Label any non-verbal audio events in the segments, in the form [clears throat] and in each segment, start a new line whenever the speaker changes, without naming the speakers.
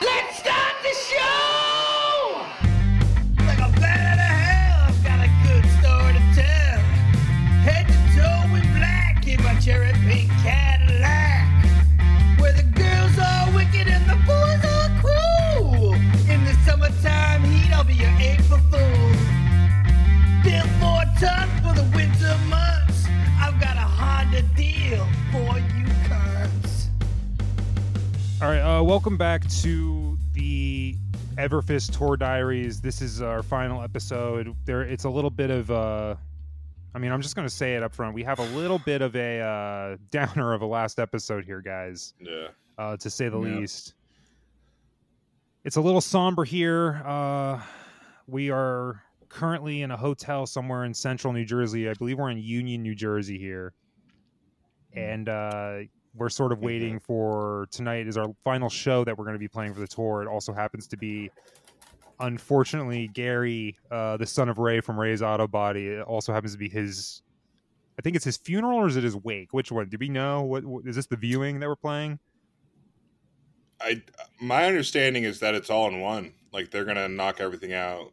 Let's start the show!
Like a bat out of hell, I've got a good story to tell. Head to toe in black in my cherry pink Cadillac. Where the girls are wicked and the boys are cool. In the summertime heat, I'll be your April fool. Deal for a ton for the winter months. I've got a Honda deal for you cunts.
All right, uh, welcome back to the Everfist Tour Diaries. This is our final episode. There, it's a little bit of. Uh, I mean, I'm just going to say it up front. We have a little bit of a uh, [laughs] downer of a last episode here, guys,
Yeah.
uh, to say the least. It's a little somber here. Uh, we are currently in a hotel somewhere in central New Jersey. I believe we're in Union, New Jersey here. And uh, we're sort of waiting for tonight is our final show that we're going to be playing for the tour. It also happens to be, unfortunately, Gary, uh, the son of Ray from Ray's Auto Body. It also happens to be his, I think it's his funeral or is it his wake? Which one? Do we know? What, what is this the viewing that we're playing?
I my understanding is that it's all in one. Like they're gonna knock everything out.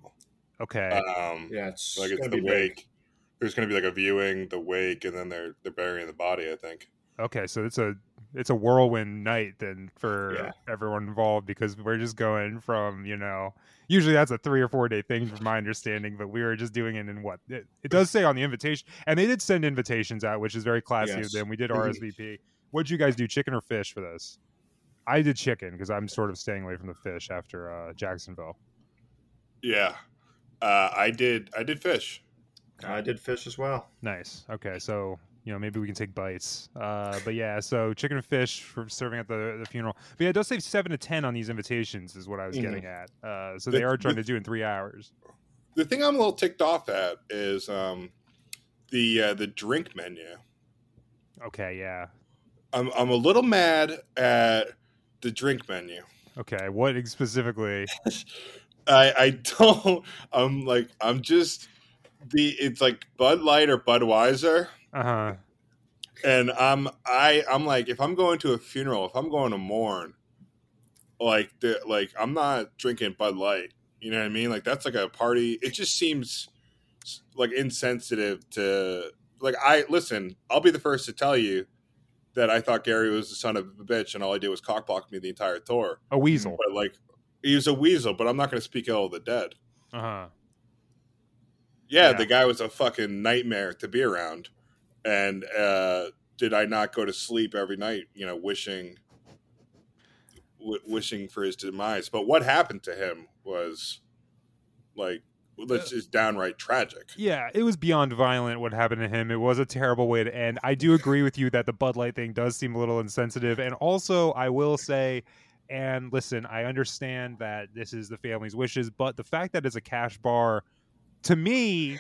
Okay.
Um,
Yeah, it's
like
gonna
it's
be
the
big.
wake. There's gonna be like a viewing, the wake, and then they're they're burying the body. I think.
Okay, so it's a it's a whirlwind night then for
Uh, Yeah.
everyone involved because we're just going from you know usually that's a three or four day thing from my understanding, but we were just doing it in what it, it does say on the invitation, and they did send invitations out, which is very classy of
Yes.
them. We did
Mhm.
RSVP. What'd you guys do, chicken or fish for this? I did chicken because I'm sort of staying away from the fish after uh, Jacksonville.
Yeah. Uh, I did. I did fish.
I did fish as well.
Nice. Okay, so you know maybe we can take bites. Uh, but yeah, so chicken and fish for serving at the, the funeral. But yeah, it does say seven to ten on these invitations is what I was getting at. Uh, so they
The-
are trying
the-
to do in three hours.
The thing I'm a little ticked off at is um, the uh, the drink menu.
Okay, yeah.
I'm I'm a little mad at the drink menu.
Okay, what ex- specifically?
I I [laughs] don't. I'm like I'm just the. It's like Bud Light or Budweiser.
Uh huh.
and I'm I I'm like if I'm going to a funeral, if I'm going to mourn, like the like I'm not drinking Bud Light. You know what I mean? Like that's like a party. It just seems like insensitive to like I listen. I'll be the first to tell you that I thought Gary was the son of a bitch, and all he did was cockblock me the entire tour.
A weasel.
But like he was a weasel. But I'm not going to speak ill of the dead.
Uh huh.
yeah,
Yeah.
the guy was a fucking nightmare to be around. And uh, did I not go to sleep every night, you know, wishing w- wishing for his demise? But what happened to him was like let's just downright tragic.
Yeah, it was beyond violent what happened to him. It was a terrible way to end. I do agree with you that the Bud Light thing does seem a little insensitive. And also, I will say, and listen, I understand that this is the family's wishes, but the fact that it's a cash bar to
[laughs]
me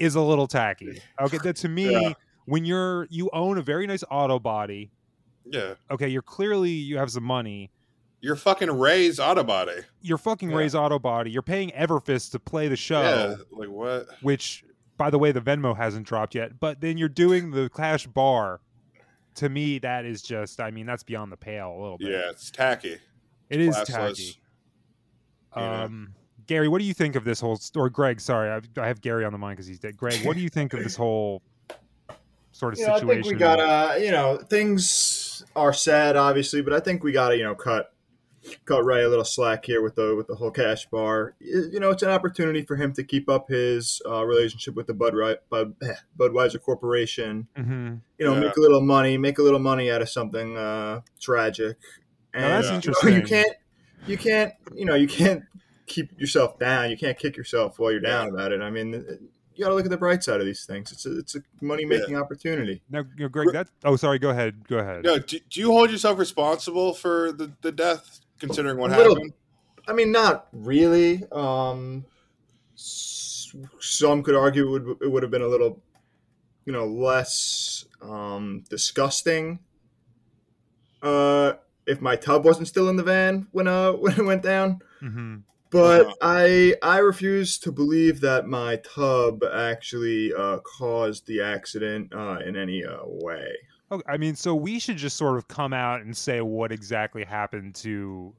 is a little tacky. Okay, that to me,
Yeah.
when you're you own a very nice auto body,
Yeah.
okay, you're clearly you have some money.
You're fucking Ray's Autobody.
You're fucking
Yeah.
Ray's auto body. You're paying Everfist to play the show
Yeah. Like what?
which by the way the venmo hasn't dropped yet but then you're doing the clash bar to me that is just i mean that's beyond the pale a little bit
Yeah, it's tacky.
it is
Classless.
tacky
Yeah.
um gary what do you think of this whole or greg sorry I've, i have gary on the mind because he's dead greg what do you think of this whole sort of
Yeah, I
situation
think we gotta, you know, things are sad, obviously, but I think we gotta, you know, cut cut Ray a little slack here with the with the whole cash bar. Y- You know, it's an opportunity for him to keep up his uh, relationship with the Bud, Ri- Bud eh, Budweiser Corporation.
Mhm.
You know,
Yeah.
make a little money, make a little money out of something uh, tragic. And
now that's
you know,
interesting
You can't, you can't, you know, you can't keep yourself down. You can't kick yourself while you're down about it. I mean, you got to look at the bright side of these things. It's a, it's a money making opportunity.
now you know, greg that's oh sorry go ahead go ahead
No, do, do you hold yourself responsible for the, the death considering what
A little-
happened?
I mean, not really. Um, s- some could argue it would it would have been a little, you know, less um, disgusting. Uh, if my tub wasn't still in the van when uh [laughs] when it went down.
Mhm.
But
Uh-huh.
I I refuse to believe that my tub actually uh, caused the accident uh, in any uh, way.
Okay, I mean, so we should just sort of come out and say what exactly happened to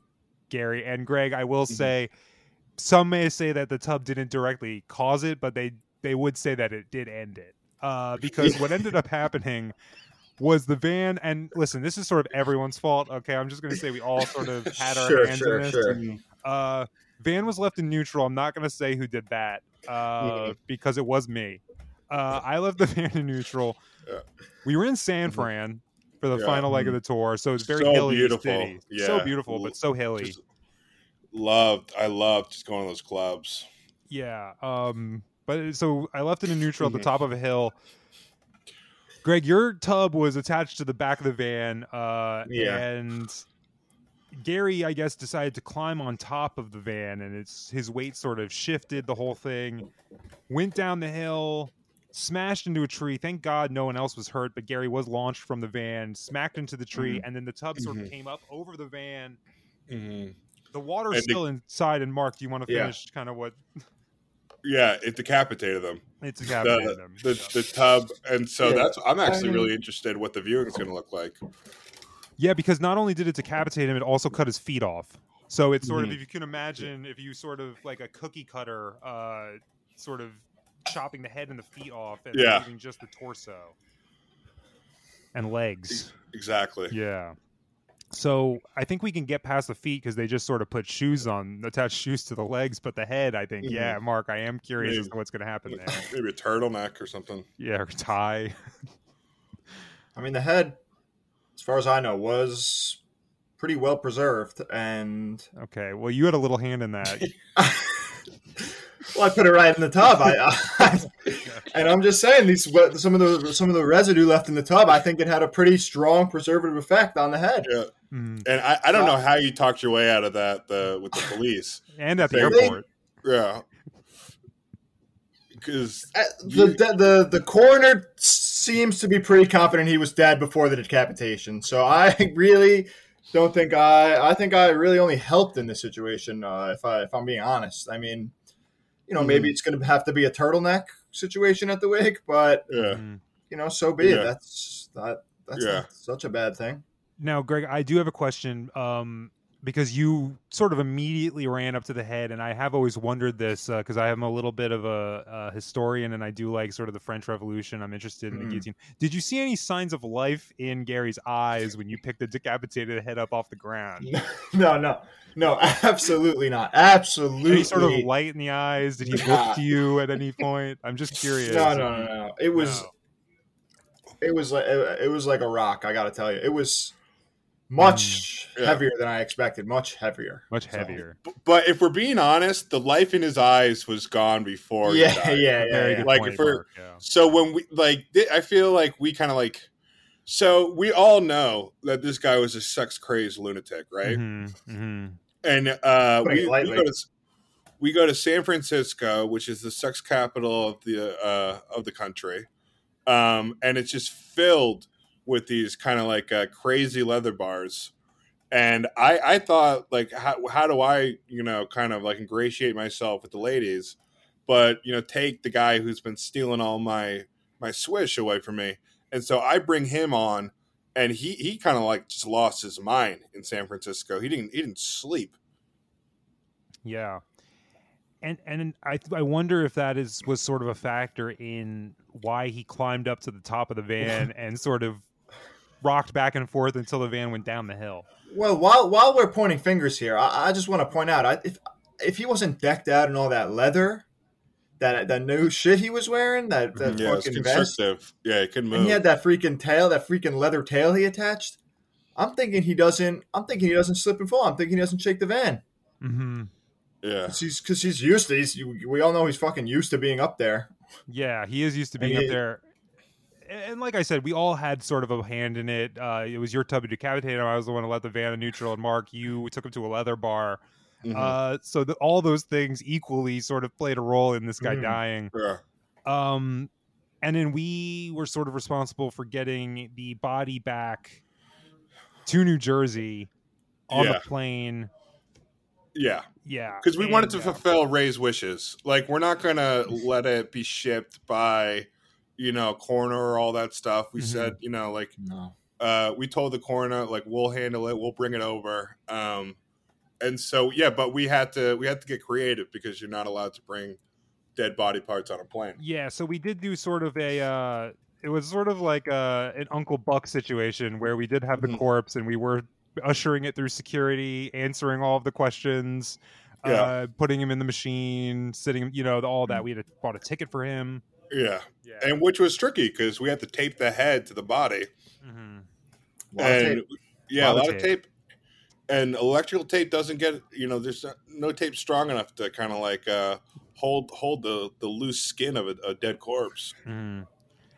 Gary and Greg. I will
Mhm.
say, some may say that the tub didn't directly cause it, but they they would say that it did end it. Uh, because what ended up happening was the van. And listen, this is sort of everyone's fault. Okay, I'm just going to say we all sort of had our
Sure,
hands
sure,
in this.
sure.
Uh, van was left in neutral. I'm not going to say who did that
[laughs]
uh, because it was me. Uh, I left the [laughs] van in neutral.
Yeah.
We were in San Fran for the
Mm-hmm. Yeah. mm-hmm.
final leg of the tour, so it's very
So
hilly.
beautiful.
City.
Yeah.
So beautiful, but so hilly.
Just loved. I loved just going to those clubs.
Yeah. Um. But so I left it in neutral at the
Mhm.
top of a hill. Greg, your tub was attached to the back of the van. Uh,
Yeah.
And Gary, I guess, decided to climb on top of the van, and it's his weight sort of shifted the whole thing. Went down the hill, smashed into a tree. Thank God no one else was hurt, but Gary was launched from the van, smacked into the tree, and then the tub sort of
Mhm.
came up over the van.
Mm-hmm.
The water's
And the-
still inside. And Mark, do you want to
Yeah.
finish kind of what
Yeah, it decapitated them.
it's
The,
happening?
the the tub, and so
Yeah. oh.
that's. I'm actually
Um,
really interested what the viewing is going to look like.
Yeah, because not only did it decapitate him, it also cut his feet off. So it's sort of if you can imagine if you sort of like a cookie cutter, uh, sort of chopping the head and the feet off and
Yeah.
leaving just the torso and legs.
Exactly.
Yeah. So I think we can get past the feet because they just sort of put shoes on, attached shoes to the legs, but the head. I
Mm-hmm.
think, yeah, Mark, I am curious as
Maybe.
to what's going to
[laughs]
happen there.
Maybe a turtleneck or something.
Yeah, or tie. [laughs]
I mean, the head, as far as I know, was pretty well preserved, and
Okay, well, you had a little hand in that.
[laughs]
well, I put it right in the tub. I, I and I'm just saying these what- some of the some of the residue left in the tub. I think it had a pretty strong preservative effect on the head.
Yeah,
Mm.
and I, I don't know how you talked your way out of that the, with the police.
And at the
Really?
airport.
Yeah, because
Uh, The, the the the coroner seems to be pretty confident he was dead before the decapitation. So I [laughs] really don't think I I think I really only helped in this situation. Uh, if I if I'm being honest, I mean, you know,
Hmm.
maybe it's going to have to be a turtleneck situation at the wake, but
yeah,
Mm.
you know, so be
Yeah.
it. That's that that's
Yeah.
not such a bad thing. [laughs]
Now, Greg, I do have a question um, because you sort of immediately ran up to the head, and I have always wondered this because I am a little bit of a, a historian and I do like sort of the French Revolution. I'm interested in the
Mhm.
guillotine. Did you see any signs of life in Gary's eyes when you picked the decapitated head up off the ground?
No, no, no, [laughs] absolutely not. Absolutely.
Any sort of light in the eyes? Did he
Yeah.
look to you at any point? I'm just curious.
No, no, no, no. It was
No.
it was like it, it was like a rock. I gotta tell you, it was much
Mm. Yeah.
heavier than I expected. Much heavier.
Much
So-
heavier.
but if we're being honest, the life in his eyes was gone before. he
yeah, yeah,
died.
[laughs] yeah,
Very
yeah.
good
Like,
point,
if we're-
Mark, yeah.
So when we like, thi- I feel like we kind of like. So we all know that this guy was a sex crazed lunatic, right?
Mhm, mhm.
And uh,
Putting it
we, we
lightly.
go to s- we go to San Francisco, which is the sex capital of the uh, of the country, um, and it's just filled with these kind of like uh, crazy leather bars. And I, I thought like, how, how do I, you know, kind of like ingratiate myself with the ladies, but you know, take the guy who's been stealing all my my swish away from me, and so I bring him on, and he he kind of like just lost his mind in San Francisco. He didn't he didn't sleep.
Yeah. And and I I wonder if that is was sort of a factor in why he climbed up to the top of the
[laughs]
van and sort of rocked back and forth until the van went down the hill.
Well, while while we're pointing fingers here, I, I just want to point out I, if if he wasn't decked out in all that leather, that that new shit he was wearing, that, that
Mm, Yeah, it's
fucking vest,
constrictive. Yeah, it couldn't move.
and he had that freaking tail, that freaking leather tail he attached. I'm thinking he doesn't. I'm thinking he doesn't slip and fall. I'm thinking he doesn't shake the van.
Mm-hmm.
yeah,
Cause he's because he's used to. He's, we all know he's fucking used to being up there.
Yeah, he is used to
And
being up
he-
there. A- And like I said, we all had sort of a hand in it. Uh, it was your tub to decapitate him. I was the one who let the van in neutral, and Mark, you took him to a leather bar.
Mhm.
Mm-hmm.
Uh, so the, all those things equally sort of played a role in this guy
Mhm.
dying.
yeah.
Um, and then we were sort of responsible for getting the body back to New Jersey on
Yeah.
the plane.
yeah.
Yeah,
Because we wanted to
and, uh,
fulfill Ray's wishes. Like, we're not gonna let it be shipped by, you know, coroner or all that stuff. We
Mhm.
Mm-hmm.
said, you know, like
No.
uh, we told the coroner, like we'll handle it, we'll bring it over. Um, and so yeah, but we had to we had to get creative because you're not allowed to bring dead body parts on a plane.
Yeah, so we did do sort of a. Uh, it was sort of like uh an Uncle Buck situation where we did have the
Mhm.
corpse and we were ushering it through security, answering all of the questions, uh,
Yeah.
putting him in the machine, sitting, him- you know, all that. We had bought a ticket for him.
Yeah,
Yeah.
and which was tricky because we had to tape the head to the body,
Mhm.
Lot of
and
tape.
yeah, a lot of tape. And electrical tape doesn't get you know there's no- no tape strong enough to kind of like uh, hold hold the the loose skin of a, a dead [laughs] corpse.
Mhm.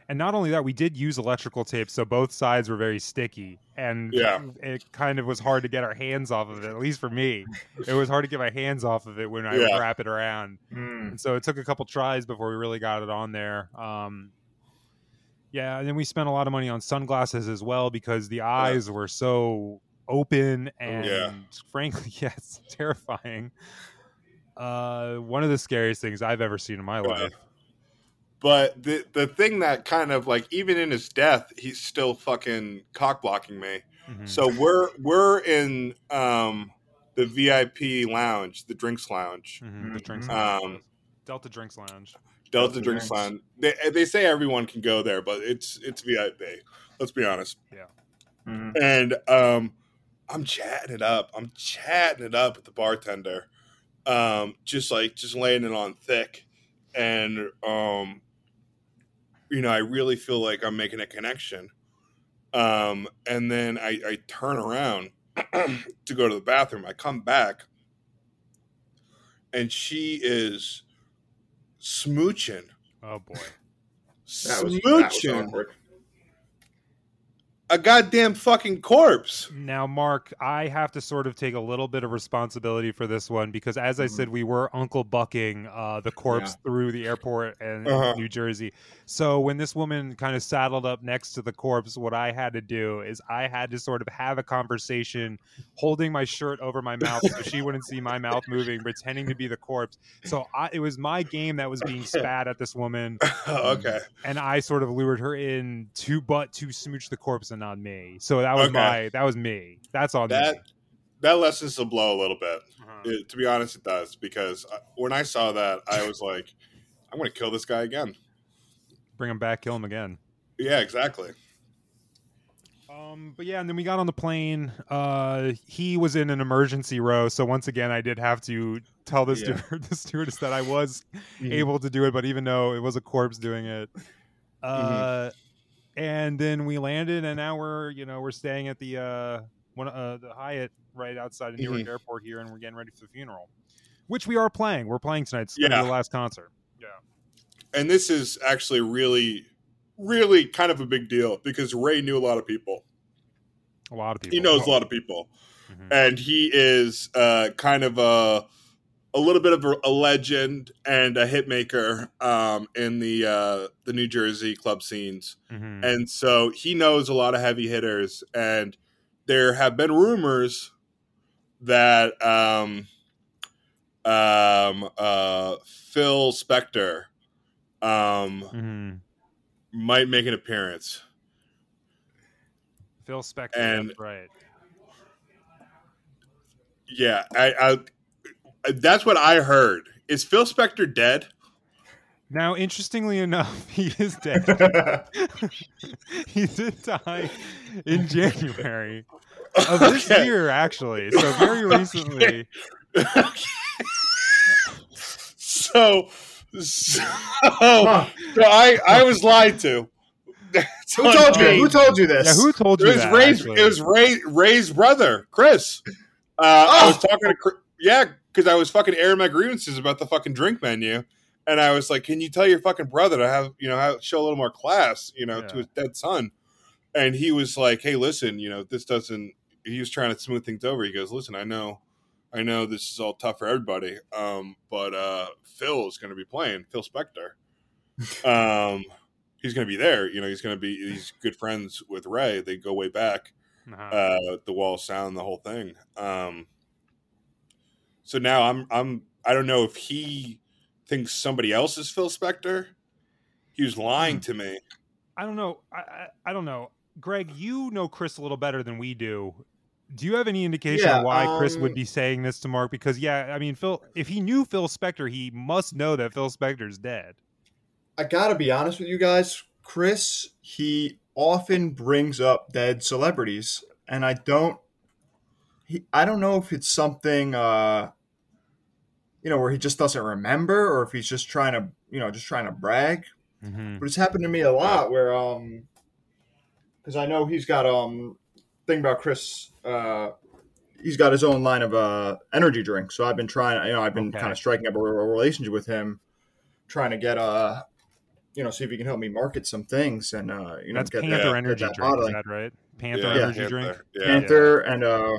And not only that, we did use electrical tape, so both sides were very sticky, and
Yeah.
it kind of was hard to get our hands off of it. At least for me, it was hard to get my hands off of it when I would
Yeah.
wrap it around.
Mm.
And so it took a couple tries before we really got it on there. Um, yeah, and then we spent a lot of money on sunglasses as well because the eyes were so open and
Yeah.
frankly, [laughs] yes, terrifying. Uh, one of the scariest things I've ever seen in my
Yeah.
life.
But the the thing that kind of like even in his death, he's still fucking cock blocking me.
Mhm.
So we're we're in um the VIP lounge, the drinks lounge,
Mhm, The drinks,
Mhm.
lounge.
Um,
Delta Drinks Lounge.
Delta
Delta
Drinks
Drinks.
Lounge. They they say everyone can go there, but it's it's VIP. Let's be honest.
Mm.
And um I'm chatting it up. I'm chatting it up with the bartender. Um just like just laying it on thick and um you know, I really feel like I'm making a connection. Um and then I I turn around [clears throat] to go to the bathroom. I come back and she is smooching.
Oh boy.
That was,
Smooching.
that was awkward. [laughs]
a goddamn fucking corpse.
[laughs]
[laughs]
Now, Mark, I have to sort of take a little bit of responsibility for this one because, as I
Mhm.
said, we were uncle bucking uh, the corpse through the airport in in
Uh-huh.
New Jersey. So, when this woman kind of saddled up next to the corpse, what I had to do is I had to sort of have a conversation holding my shirt over my mouth so she wouldn't see my mouth moving, pretending to be the corpse. So, I, it was my game that was being spat at this woman,
Mm-hmm.
okay.
and I sort of lured her in to butt to smooch the corpse and on me. So, that was
Okay.
my, that was me. That's on me.
That that lessens the blow a little bit.
Uh-huh.
It- to be honest, it does because I, when I saw that, I was like, "I'm going to kill this guy again."
Bring him back, kill him again.
Yeah, exactly.
Um, but yeah, and then we got on the plane. Uh, he was in an emergency row, so once again, I did have to tell the,
Yeah.
steward, [laughs] the stewardess that I was
Mhm.
able to do Mm-hmm. it, but even though it was a corpse doing it.
Mm-hmm.
Uh, And then we landed, and now we're you know we're staying at the uh, one uh, the Hyatt right outside of
Mm-hmm.
Newark Airport here, and we're getting ready for the funeral, which we are playing. We're playing tonight. It's gonna
Yeah.
be the last concert.
And this is actually really, really kind of a big deal because Ray knew a lot of people.
A lot of people.
He knows a lot of people,
Mhm.
and he is uh, kind of a a little bit of a, a legend and a hit maker um, in the uh, the New Jersey club scenes.
Mhm.
And so he knows a lot of heavy hitters. And there have been rumors that um, um, uh, Phil Spector um,
Mhm.
might make an appearance.
Phil Spector.
And-
that's right.
Yeah, I, I, that's what I heard. Is Phil Spector dead?
Now, interestingly enough, [laughs] he is dead.
That
he did die in January
[laughs]
of this
Okay.
year, actually. So
[laughs]
very recently.
So, [laughs] so, so I, I was lied to.
Who told you? Who told you this?
Yeah, who told
It
you
was
that?
Ray's.
actually?
It was Ray. Ray's brother, Chris. Uh, I was talking to Chris, yeah, because I was fucking airing my grievances about the fucking drink menu, and I was like, "Can you tell your fucking brother to have you know have, show a little more class, you know,
Yeah.
to his dead son?" And he was like, "Hey, listen, you know, this doesn't." He was trying to smooth things over. He goes, "Listen, I know, I know, this is all tough for everybody, um, but uh, Phil is going to be playing Phil Spector. Um, he's going to be there. You know, he's going to be he's good friends with Ray. They go way back
Uh-huh.
uh, the wall of sound, the whole thing. Um, so now I'm I'm I don't know if he thinks somebody else is Phil Spector. He was
Hmm.
lying to me.
I don't know. I, I, I don't know. Greg, you know Chris a little better than we do. Do you have any indication
Yeah,
why Chris
um,
would be saying this to Mark? Because yeah, I mean, Phil, if he knew Phil Spector, he must know that Phil Spector's dead.
I gotta be honest with you guys, Chris. He often brings up dead celebrities, and I don't. He, I don't know if it's something, uh, you know, where he just doesn't remember, or if he's just trying to, you know, just trying to brag.
Mhm.
But it's happened to me a lot, where um, because I know he's got um, thing about Chris. Uh, he's got his own line of uh energy drinks, so I've been trying. You know, I've been
Okay.
kind of striking up a, a relationship with him, trying to get uh, you know, see if he can help me market some things and uh, you know,
That's
get
Panther
that, get
energy
that
drink,
bottling.
is that right? Panther
yeah,
energy
yeah,
drink.
Yeah.
Panther and uh,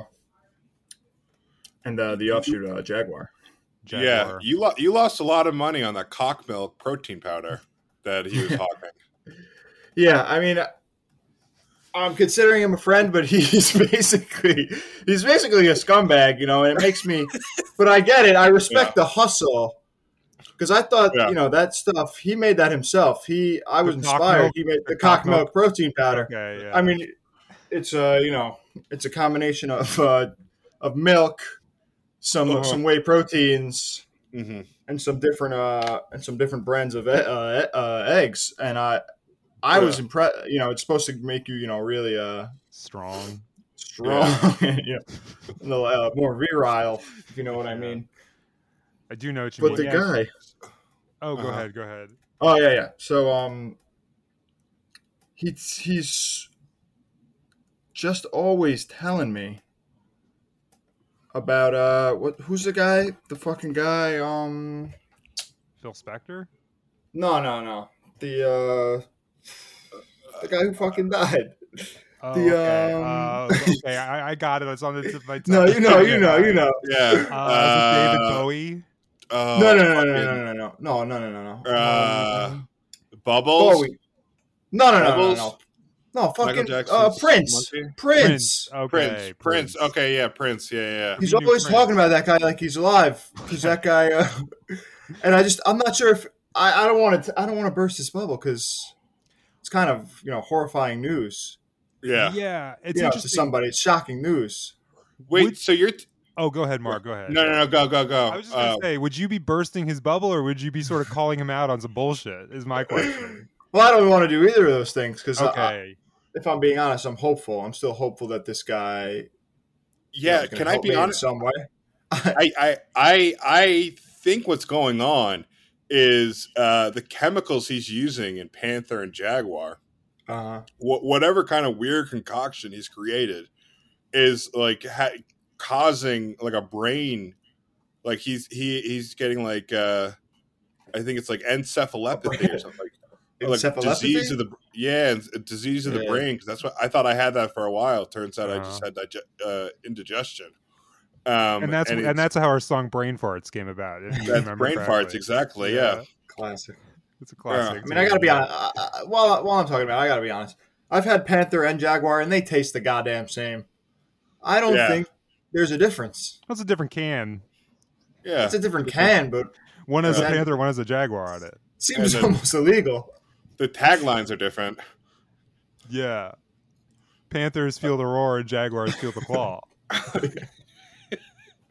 and uh, the offshoot uh, Jaguar.
Yeah,
Jaguar.
you lo- you lost a lot of money on that cock milk protein powder that
[laughs]
he was hawking.
Yeah, I mean, I'm considering him a friend, but [laughs] he's basically he's basically a scumbag, you know. And it
[laughs]
makes me, but I get it. I respect the hustle because I thought
Yeah.
you know that stuff. He made that himself. He I was
The cock
inspired.
milk-
he made the,
the
cock
cock milk.
milk protein powder.
Okay, yeah.
I mean, it's a you know it's a combination of uh, of milk, some
Uh-huh.
some whey proteins,
Mm-hmm.
and some different uh and some different brands of e- uh, e- uh, eggs and i i
Yeah.
was impressed you know it's supposed to make you you know really uh
strong.
strong [laughs] you know a little, uh, more virile if you know what i mean
I do know what you
but
mean.
the
Yeah.
guy
Oh, go
Uh-huh.
ahead. Go ahead.
Oh yeah, yeah. So um, he's he's just always telling me about uh, what? Who's the guy? The fucking guy? Um,
Phil Spector.
no, no, no. The uh, the guy who fucking died.
Oh,
The,
okay.
um,
Uh, okay, I, I got it. It's on the tip of my tongue.
[laughs] No, you know, you know, you know.
Yeah.
Uh, is it David
Uh,
Bowie.
uh,
Oh,
No, no, no, no, no, no, no, no, no, no, no, no.
Uh,
Um,
Bubbles.
Bowie. No, no, no, no, no, no.
Bubbles?
No,
Michael
fucking uh,
Jackson's
Prince.
monkey?
Prince.
Okay,
Prince. Prince. Okay. Yeah. Prince. Yeah. Yeah.
He's
He Oh, knew
always
Prince.
talking about that guy like he's alive because that guy. Uh, [laughs] and I just, I'm not sure if I, I don't want to, I don't want to burst this bubble because it's kind of you know horrifying news.
Yeah.
Yeah, it's
You know, to
interesting.
somebody, it's shocking news.
Wait.
Would-
so you're t-
oh, go ahead, Mark. Go ahead.
no, no, no. Go, go, go.
I was just gonna
Uh,
say, would you be bursting his bubble, or would you be sort of calling him out on some bullshit? Is my question.
[clears throat]
Well, I don't want to do either of those things because
Okay.
if I'm being honest, I'm hopeful. I'm still hopeful that this guy. you know,
yeah.
is gonna
Can I
help
be
me in
honest?
some way?
I, I, I, I think what's going on is uh, the chemicals he's using in Panther and Jaguar.
Uh,
wh- whatever kind of weird concoction he's created is like ha- causing like a brain like he's he he's getting like uh i think it's like encephalopathy or something like, like disease of the yeah it's a disease of the
Yeah.
brain because that's what i thought i had that for a while turns out i just
Uh-huh.
had dig- uh, indigestion um
and that's and,
it's-
that's how our song "Brain Farts" came about. If you
that's
remember
brain farts
correctly.
exactly yeah,
classic.
it's a classic.
I mean, I gotta be honest. I, I, while while I'm talking about, it, I gotta be honest. I've had Panther and Jaguar, and they taste the goddamn same. I don't
Yeah.
think there's a difference.
That's a different can.
yeah
It's a different can, but
One has a
Yeah.
panther, one has a jaguar on it.
it seems [laughs]
And then-
almost illegal.
the taglines are different
Yeah. Panthers feel the roar and jaguars feel the
[laughs]
claw.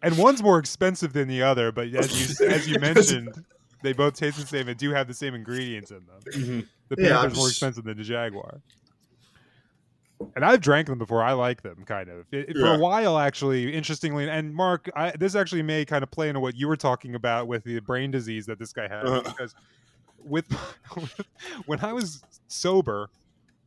and one's more expensive than the other, but as you
[laughs]
as you mentioned, they both taste the same and do have the same ingredients in them. The
Yeah,
Panther's
I'm
more
just-
expensive than the Jaguar. And I've drank them before. I like them, kind of. It- it- For
Yeah.
a while, actually, interestingly. And Mark, I, this actually may kind of play into what you were talking about with the brain disease that this guy had.
Uh-huh.
Because with [laughs] when I was sober,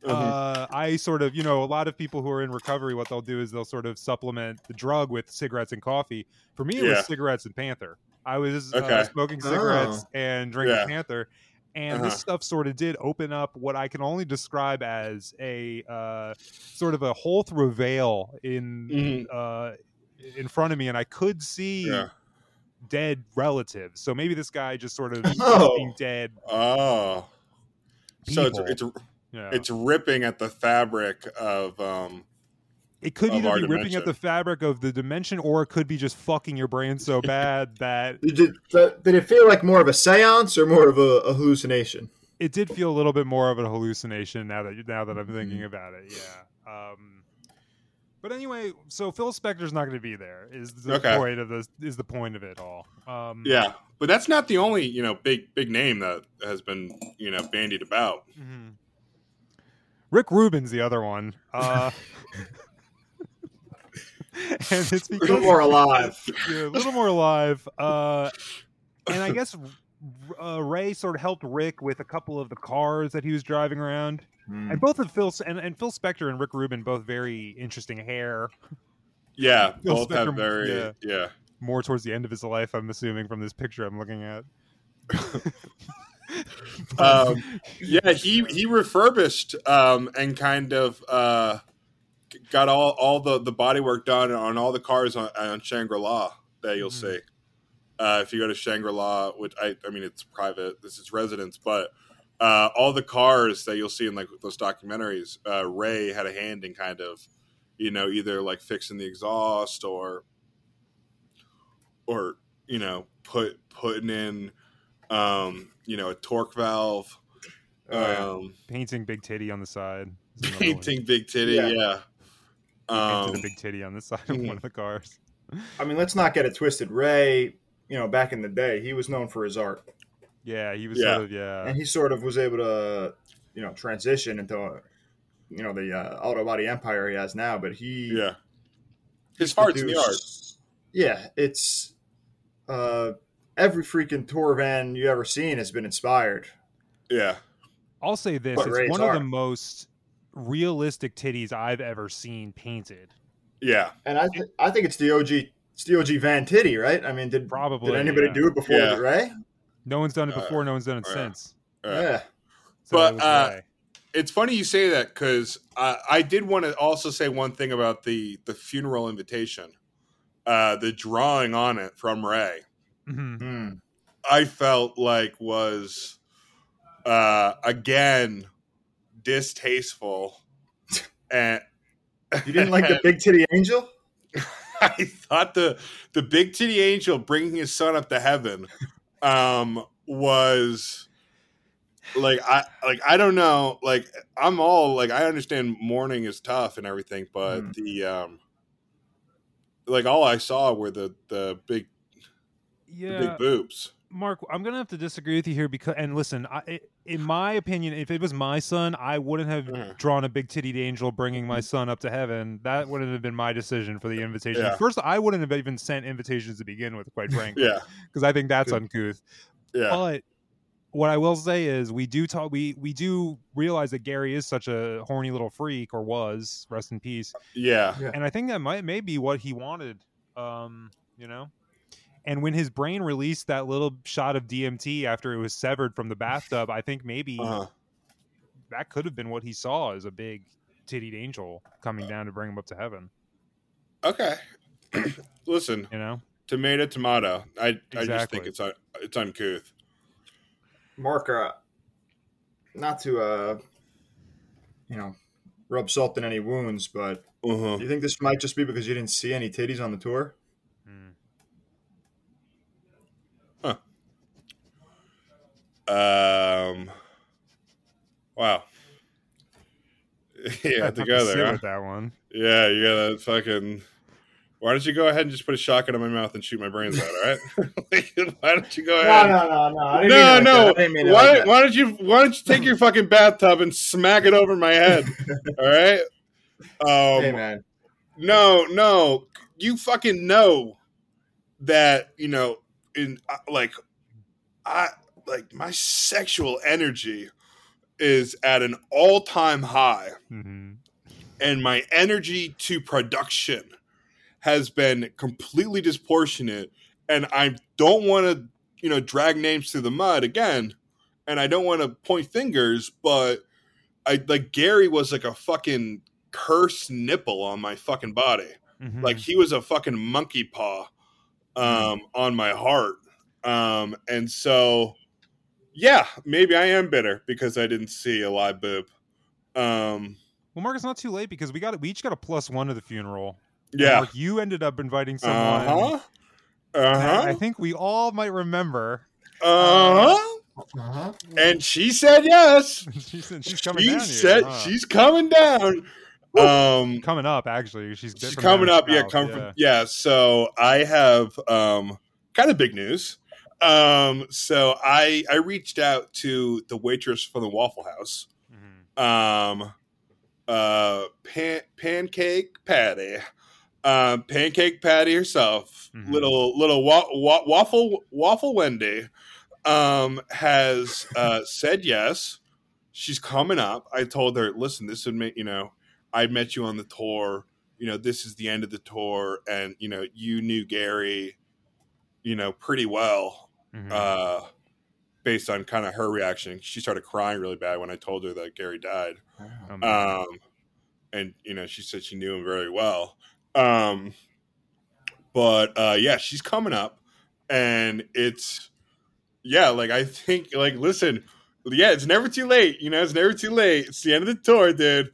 Mhm.
uh, I sort of, you know, a lot of people who are in recovery, what they'll do is they'll sort of supplement the drug with cigarettes and coffee. For me, it
Yeah.
was cigarettes and Panther. I was
Okay.
uh, smoking cigarettes and drinking
Yeah.
Panther, and
Uh-huh.
this stuff sort of did open up what I can only describe as a uh, sort of a hole through a veil in
Mhm.
uh, in front of me, and I could see.
Yeah.
Dead relatives, so maybe this guy just sort of
Oh.
seeing dead.
oh so it's,
People.
it's
Yeah.
it's ripping at the fabric of
Mm-hmm.
um
It could
of
either
our
be ripping at
dimension.
the fabric of the dimension, or it could be just fucking your brain so
[laughs]
bad that
Did, it- did, did it feel like more of a séance or more of a, a hallucination?
it did feel a
Mm-hmm.
little bit more of a hallucination. Now that now that I'm thinking about it, yeah. Um, But anyway, so Phil Spector's not going to be there. Is the
Okay.
point of this? Is the point of it all? Um,
Yeah, but that's not the only you know big big name that has been you know bandied about.
mhm. Rick Rubin's the other one,
[laughs]
uh, [laughs] and it's because
Good or alive.
[laughs]
yeah, a little more alive. Uh, and I
[laughs]
guess uh, Ray sort of helped Rick with a couple of the cars that he was driving around,
Hmm.
Mm.
and both of Phil and, and Phil Spector and Rick Rubin both very interesting hair.
Yeah,
Phil
both have
Spector,
very
yeah.
yeah.
More towards the end of his life, I'm assuming from this picture I'm looking
[laughs]
at.
Um, yeah, he he refurbished um, and kind of uh, g- got all all the the body work done on all the cars on, on Shangri La that you'll
Mhm.
see. Uh, if you go to Shangri La, which I I mean it's private, this is residence, but uh, all the cars that you'll see in like those documentaries, uh, Ray had a hand in kind of you know either like fixing the exhaust or or you know put putting in um you know a torque valve [laughs]
Oh, yeah.
um
Painting big titty on the side. is another one.
painting big titty
Yeah.
yeah,
Painted
um
a big titty on the [laughs] side of
hmm.
mhm.
one of the cars.
I mean, let's not get it twisted. Ray, you know, back in the day, he was known for his art,
Yeah, he was
Yeah.
sort of yeah.
and he sort of was able to, you know, transition into, you know, the uh, auto body empire he has now. But he,
yeah his heart's in the art
produced- Yeah, it's uh, every freaking tour van you ever seen has been inspired.
yeah
I'll say this:
But
it's
Ray's
one of the
art.
most realistic titties I've ever seen painted.
yeah
And I, th- I think it's the OG, it's the OG Van Titty, right? I mean, did
Probably.
did anybody
yeah.
do it before
Yeah.
with Ray?
No one's done it
Uh,
before. no one's done it
yeah.
since.
All right.
Yeah,
So
But,
it was
uh,
Ray.
it's funny you say that because I, I did want to also say one thing about the the funeral invitation uh the drawing on it from ray
Mhm.
Hmm.
I felt like was uh again distasteful and
you didn't like the Big Titty Angel?
[laughs] I thought the the big titty angel bringing his son up to heaven um was like I like I don't know like I'm all like I understand mourning is tough and everything but
Mm.
the um like all I saw were the the big
Yeah,
the big boobs
Mark, I'm gonna have to disagree with you here because, and listen, I, i- in my opinion, if it was my son, I wouldn't have
Mhm.
drawn a big titted angel bringing my son up to heaven. That wouldn't have been my decision for the invitation.
Yeah.
First, I wouldn't have even sent invitations to begin with,
[laughs]
quite frankly,
yeah
because I think that's uncouth.
yeah
But what I will say is, we do talk. We we do realize that Gary is such a horny little freak, or was. Rest in peace.
yeah
[laughs] And I think that might may be what he wanted. Um, you know. And when his brain released that little shot of DMT after it was severed from the bathtub, I think maybe
uh,
that could have been what he saw as a big tittied angel coming down to bring him up to heaven.
okay [clears throat] listen
You know,
tomato tomato i i just
Exactly.
think it's un- it's uncouth
Mark, uh, not to, uh, you know, rub salt in any wounds, but
uh-huh.
do you think this might just be because you didn't see any titties on the tour?
Mm.
um wow [laughs] you have to
Have
go
sit
there huh?
with that one.
yeah you gotta fucking why don't you go ahead and just put a shotgun in my mouth and shoot my brains out all right [laughs] Like, why don't you go
No,
ahead
no, no, no. I didn't
no, no.
mean it like that. I didn't mean it
Why,
like that.
why don't you why don't you take your fucking bathtub and smack it over my
[laughs]
head? All right. Um,
hey, man.
no, no. You fucking know that, you know, in uh, like I like my sexual energy is at an all-time high
Mhm.
and my energy to production has been completely disproportionate and I don't want to, you know, drag names through the mud again and I don't want to point fingers, but I like Gary was like a fucking cursed nipple on my fucking body
Mhm.
like he was a fucking monkey paw
Mm.
um on my heart um and so yeah maybe i am bitter because i didn't see a live boob um
well, Mark, it's not too late because we got we each got a plus one to the funeral. And
yeah
Mark, you ended up inviting someone.
uh-huh
that I
uh-huh
think uh, we all might remember. [laughs]
uh-huh
Uh-huh.
and she said yes
She said she's coming
she
down here.
said
huh?
she's coming down Um,
coming up actually. She's
she's
from
coming
down
up. Yeah,
south,
come from yeah. So I have um, kind of big news. Um, so I I reached out to the waitress from the Waffle House,
Mhm.
um, uh, pan- pancake patty, um, pancake patty herself,
Mhm.
little little wa- wa- waffle waffle Wendy, um, has uh, said yes. She's coming up. I told her, listen, this would make you know, I met you on the tour. You know, this is the end of the tour, and you know, you knew Gary, you know, pretty well
Mhm.
uh, based on kind of her reaction. She started crying really bad when I told her that Gary died.
Oh, man.
Um, and you know, she said she knew him very well. Um, but uh, yeah, she's coming up, and it's yeah, like I think, like listen, yeah, it's never too late. You know, it's never too late. It's the end of the tour, dude.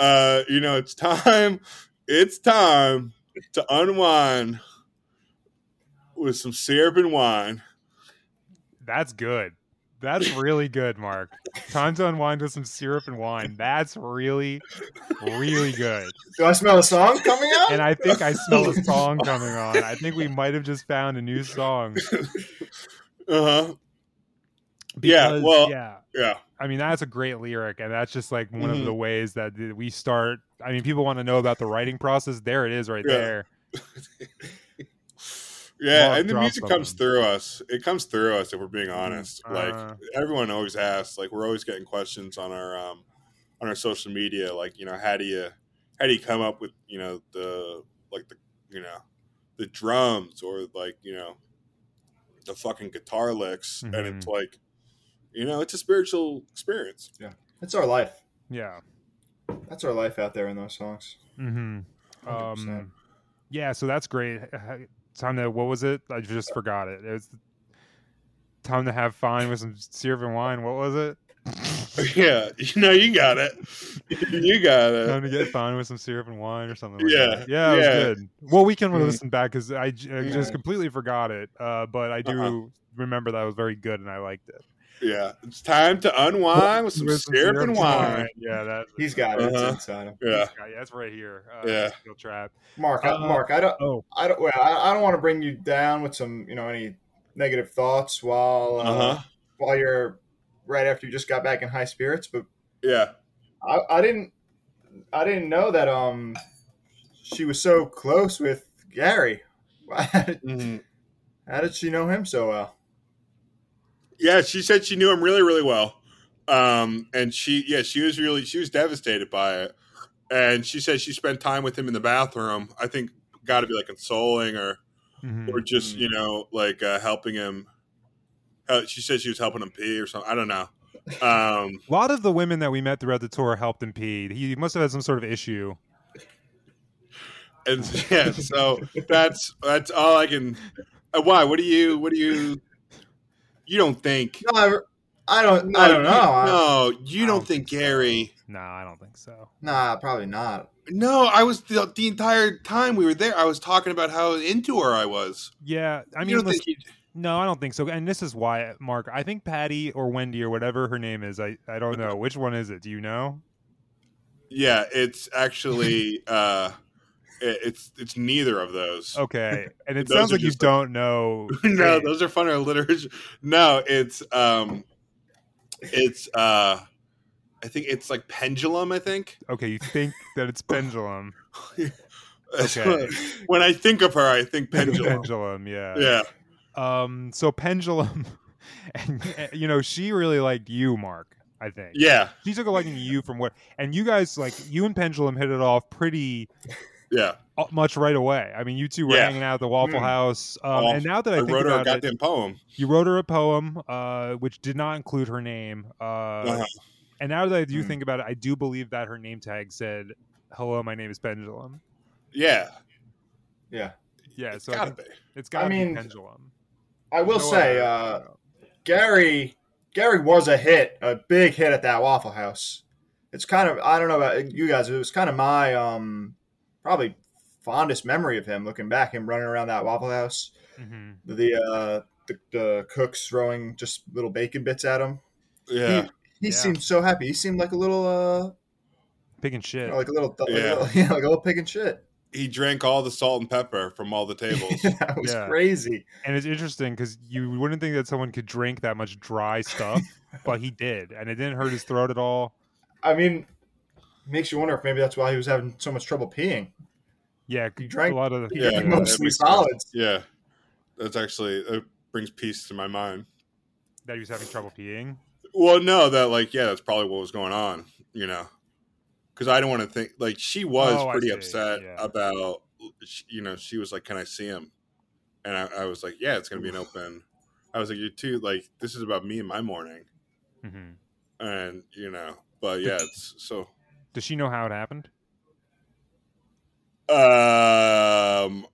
Uh, you know, it's [laughs] time. It's time to unwind with some syrup and wine.
That's good. That's really good, Mark. Time to unwind with some syrup and wine. That's really, really good.
Do I smell a song coming
[laughs]
out?
And I think I smell a song coming on. I think we might have just found a new song.
Uh huh. [laughs] Yeah,
Because,
well-
yeah.
Yeah.
I mean, that's a great lyric, and that's just like one
Mhm.
of the ways that th- we start. I mean, people want to know about the writing process. There it is, right
Yeah.
there.
Yeah,
Mark
and the
dropped
music comes
something.
through us. It comes through us if we're being honest.
Uh.
like everyone always asks, like we're always getting questions on our um on our social media, like, you know, how do you how do you come up with, you know, the like the you know, the drums or like, you know, the fucking guitar licks and it's
Mm-hmm.
like you know, it's a spiritual experience. [laughs]
That's our life.
Yeah.
That's our life out there in those songs.
hmm
100%.
Um, yeah. So that's great. Uh, Time to what was it? I just forgot it. It was time to have fun with some syrup and wine. What was it?
yeah, you know, you got it. [laughs] You got it.
Time to get fun with some syrup and wine or something. Like
Uh, Yeah,
That. Yeah. It
yeah. Mm-hmm.
was good. Well, we can
Mm.
listen back because I, j- I just
Yeah.
completely forgot it. Uh, but I do
Uh-huh.
remember that was very good and I liked it.
Yeah, it's time to unwind with some syrup, and wine.
Yeah. That,
He's got it.
Uh-huh.
It's inside him.
Yeah,
Yeah, yeah, it's right here. Uh,
Yeah.
Steel trap.
Mark, I,
Uh,
Uh-huh.
Mark, I don't,
Oh,
I don't, well, I, I don't want to bring you down with some, you know, any negative thoughts while, uh,
Uh-huh.
while you're right after you just got back in high spirits. But
yeah.
I, I didn't, I didn't know that um, she was so close with Gary. [laughs] How did,
Mhm.
how did she know him so well?
Yeah, she said she knew him really, really well. Um, and she, yeah, she was really, she was devastated by it. And she said she spent time with him in the bathroom. I think got to be like consoling or,
mhm.
or just you know like uh, helping him. Uh, she said she was helping him pee or something. I don't know. Um,
a lot of the women that we met throughout the tour helped him pee. He must have had some sort of issue.
and [laughs] yeah, so that's that's all I can. Uh, why? What do you? What do you? You don't think?
No, I, I don't, I don't
you-
know. I-
No, you
I
don't
don't think
think
so.
Gary.
No, I don't think so.
Nah, probably not.
No, I was the, the entire time we were there. I was talking about how into her I was.
Yeah, I mean,
you don't
listen-
think you-
no, I don't think so. And this is why, Mark. I think Patty or Wendy or whatever her name is. I, I don't know which one is it. Do you know?
yeah, it's
[laughs]
actually uh, it, it's it's neither of those.
Okay, and it
Those
sounds
are
like you
just like-
don't know.
[laughs] no,
it.
those are funner literature. No, it's um, it's uh, I think it's like pendulum. I think.
Okay, you think that it's pendulum? Okay.
[laughs] when I think of her, I think [laughs] pendulum.
pendulum, yeah.
Yeah.
Um. So pendulum, [laughs] and eh, you know, she really liked you, Mark. I think.
Yeah.
she took a liking to you from what and you guys like you and pendulum hit it off pretty
Yeah.
uh, much right away i mean you two were
Yeah.
hanging out at the waffle
Mm.
house um,
Oh,
and now that
I,
i, think
wrote her a
about it
goddamn poem.
you wrote her a poem uh, which did not include her name uh,
Uh-huh.
and now that i do
Mm.
think about it i do believe that her name tag said hello my name is pendulum
Yeah.
Yeah.
yeah
It's
so I
gotta
think
be.
it's got to
I
be
mean,
pendulum
I will
No
say,
other-
uh, Gary Gary was a hit, a big hit at that Waffle House. It's kind of I don't know about you guys, it was kind of my um probably fondest memory of him looking back, him running around that Waffle House,
Mhm.
the uh the, the cooks throwing just little bacon bits at him.
Yeah.
He
Yeah.
seemed so happy. He seemed like a little uh
Pig and shit.
Like a little, like a
Yeah.
little- [laughs] yeah, like a little pig and shit.
He drank all the salt and pepper from all the
[laughs]
tables.
that was
Yeah.
crazy.
And it's interesting because you wouldn't think that someone could drink that much dry stuff,
[laughs]
but he did, and it didn't hurt his throat at all.
I mean, makes you wonder if maybe that's why he was having so much trouble peeing.
[laughs] Yeah,
He drank-
a lot of.
He
Yeah,
drank
yeah, that
mostly
makes sense.
solids.
yeah, that's actually that brings peace to my mind.
that he was having trouble peeing.
Well, no, that like yeah, that's probably what was going on, you know, because I don't want to think like she was
Oh, I
pretty
see,
upset
yeah.
about, sh- you know, she was like, "Can I see him?" And I, I was like, "Yeah, it's gonna be an open." I was like, "You're too like this is about me and my morning,"
hmm
and you know, but yeah,
[laughs]
it's so.
Does she know how it happened?
Um,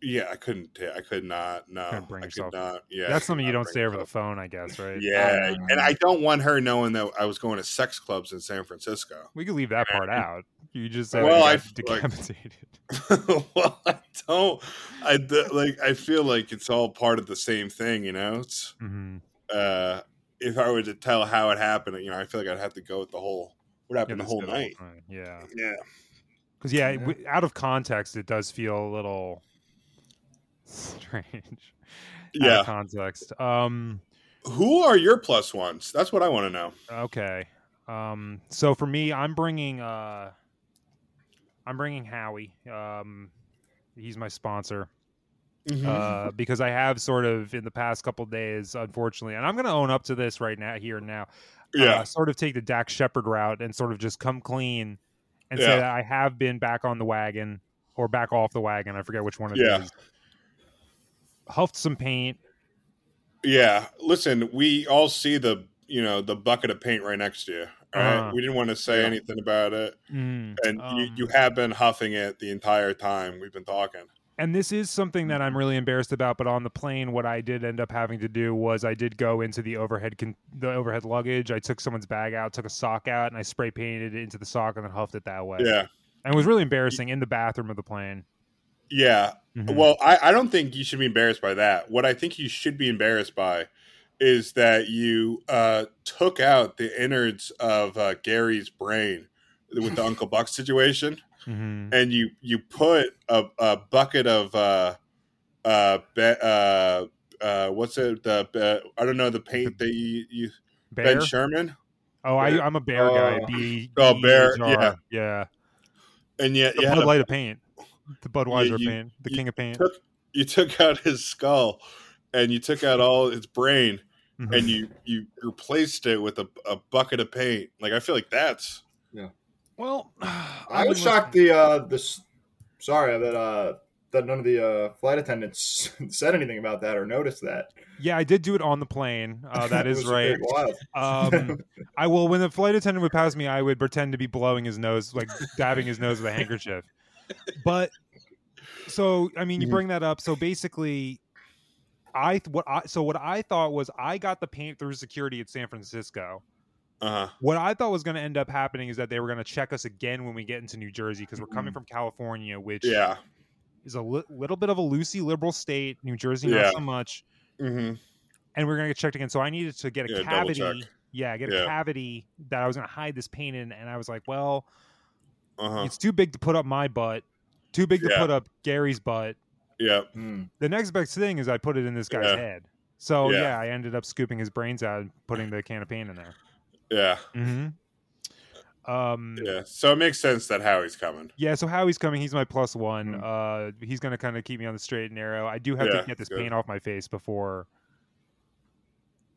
yeah, I couldn't. ta- I could not. No,
Couldn't bring
I
yourself-
could not. Yeah, I
That's
could
something you
not
don't
bring
say over the
myself-
phone, I guess, right?
Yeah,
Um,
and I don't want her knowing that I was going to sex clubs in San Francisco.
We could leave that part out. You just said
Well,
well,
I-
I [laughs]
like-
decapitated.
[laughs] well, I don't. I d- like. I feel like it's all part of the same thing, you know. It's, [laughs]
hmm
uh, if I were to tell how it happened, you know, I feel like I'd have to go with the whole what
Yeah,
happened the
that's
whole
good.
night.
Right, Yeah,
Yeah,
because yeah, it-
Yeah.
w- out of context, it does feel a little strange. [laughs] out
yeah.
of context. Um,
Who are your plus ones? That's what I want to know.
okay. Um, so for me, I'm bringing uh, I'm bringing Howie. Um, he's my sponsor.
Mm-hmm.
uh, because I have sort of in the past couple days, unfortunately, and I'm going to own up to this right now, here and now.
yeah,
uh, sort of take the Dak Shepard route and sort of just come clean and
Yeah.
say that I have been back on the wagon or back off the wagon. I forget which one it is.
Yeah.
Huffed some paint.
yeah. Listen, we all see the you know the bucket of paint right next to you. All right,
Uh-huh.
we didn't want to say anything about it,
Mm.
and you,
Um,
you have been huffing it the entire time we've been talking.
and this is something that I'm really embarrassed about. But on the plane, what I did end up having to do was I did go into the overhead con- the overhead luggage. I took someone's bag out, took a sock out, and I spray painted it into the sock and then huffed it that way.
Yeah,
and it was really embarrassing in the bathroom of the plane.
yeah.
Mhm.
Well, I, I don't think you should be embarrassed by that. What I think you should be embarrassed by is that you uh, took out the innards of uh, Gary's brain
[laughs]
with the Uncle Buck situation,
Mhm.
and you you put a, a bucket of uh, uh, be, uh, uh, what's it? The be- I don't know the paint that you, you
bear.
Ben Sherman,
Oh, I, I'm a bear guy.
Oh.
B,
Oh,
B
bear,
is R.
yeah.
yeah.
and yet
The
you, had
Bud
a,
Light of paint, the Budweiser
you-
paint, the
you
King of Paint.
took- you took out his skull, and you took out all his brain.
Mhm.
and you you replaced it with a, a bucket of paint. Like I feel like that's
well,
I was shocked the uh this sorry that uh that none of the uh, flight attendants [laughs] said anything about that or noticed that.
Yeah, I did do it on the
[laughs]
plane. Uh, that
[laughs] It
is
was
right.
pretty Wild.
Um, I will. When the flight attendant would pass me, I would pretend to be blowing his nose, like dabbing his nose with a handkerchief. But so, I mean, you
Mm-hmm.
Mhm.
bring that up. So basically, I what I so what I thought was I got the paint through security at San Francisco.
uh
What I thought was going to end up happening is that they were going to check us again when we get into New Jersey because we're coming from California, which
Mm-hmm. yeah.
is a li- little bit of a loosey liberal state. New Jersey,
Yeah.
not so much
Mm-hmm.
and we are gonna get checked again. So I needed to get a
Yeah, double check.
cavity. Yeah, get
Yeah.
a cavity that I was gonna hide this paint in, and I was like, well,
Uh-huh.
it's too big to put up my butt, too big to
Yeah.
put up Gary's butt.
Yeah.
Hmm.
The next best thing is I put it in this guy's
Yeah.
head. So
Yeah.
yeah. I ended up scooping his brains out and putting the can of paint in there.
Yeah.
Mm-hmm. Um, yeah.
Yeah. So it makes sense that Howie's coming.
so Howie's coming. He's my plus one.
Mm.
Uh, he's gonna kind of keep me on the straight and narrow. I do have
Hmm. Yeah,
to get this
good.
paint off my face before.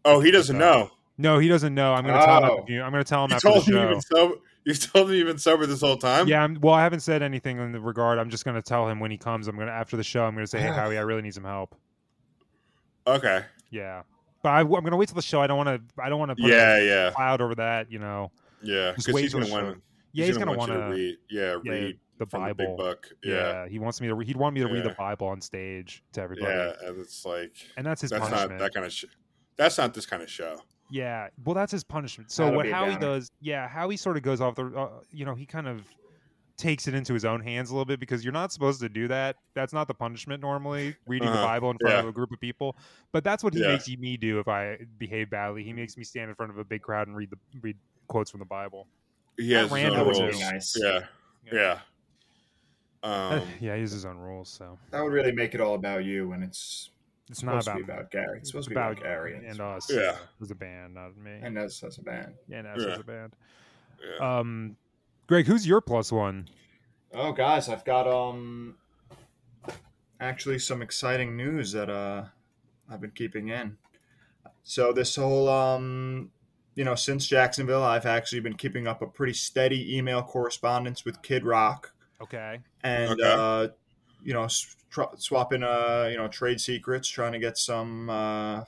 Oh, he doesn't know.
No, he doesn't know. I'm gonna tell him.
Oh.
at the view- uh, I'm gonna tell him
You
after the
told
show.
him even sober. [laughs] You told him you've been sober this whole time.
Yeah, I'm, well, I haven't said anything in the regard. I'm just going to tell him when he comes. I'm going to after the show. I'm going to say, "Hey,
Yeah.
[sighs]
Howie, I really need some help."
Okay.
Yeah, but I, am going to wait till the show. I don't want to. I don't want to.
Yeah. Yeah.
a cloud over that. You know.
Yeah.
Just
Because
wait
he's
till
gonna
the
want.
Yeah, he's, going to want
want you to
to
read. Yeah.
yeah,
Read
the
from the big
Bible.
book.
yeah.
Yeah.
he wants me to. Re- he'd want me to read
Yeah.
the Bible on stage to
Yeah.
everybody,
And it's like
and that's his
that's
punishment.
not that kind of. Sh- that's not this kind of show.
Yeah, well, that's his punishment. So
That'll
what
be a
Howie
downer.
does, yeah, Howie sort of goes off the, uh, you know, he kind of takes it into his own hands a little bit because you're not supposed to do that. That's not the punishment normally, reading
Uh-huh,
the Bible in front
yeah.
of a group of people. But that's what he
Yeah.
makes me do if I behave badly. He makes me stand in front of a big crowd and read the read quotes from the Bible.
he has his
Rand
own
That
That
would
rules.
would be
Randall.
nice.
Yeah, yeah. Um,
[laughs] yeah, he has his own rules, so
That would really make it all about you when it's,
it's not
supposed
about,
to be about Gary. It's supposed to be about,
about
Gary.
and us.
Yeah.
as a band, not me.
and us as a band.
and us
Yeah.
as a band.
Uh,
yeah.
Um, Greg, who's your plus one?
Oh, guys, I've got um actually some exciting news that uh I've been keeping in. So this whole um you know since Jacksonville, I've actually been keeping up a pretty steady email correspondence with Kid Rock
Okay,
and
Okay.
uh you know s- tr- swapping uh you know trade secrets, trying to get some uh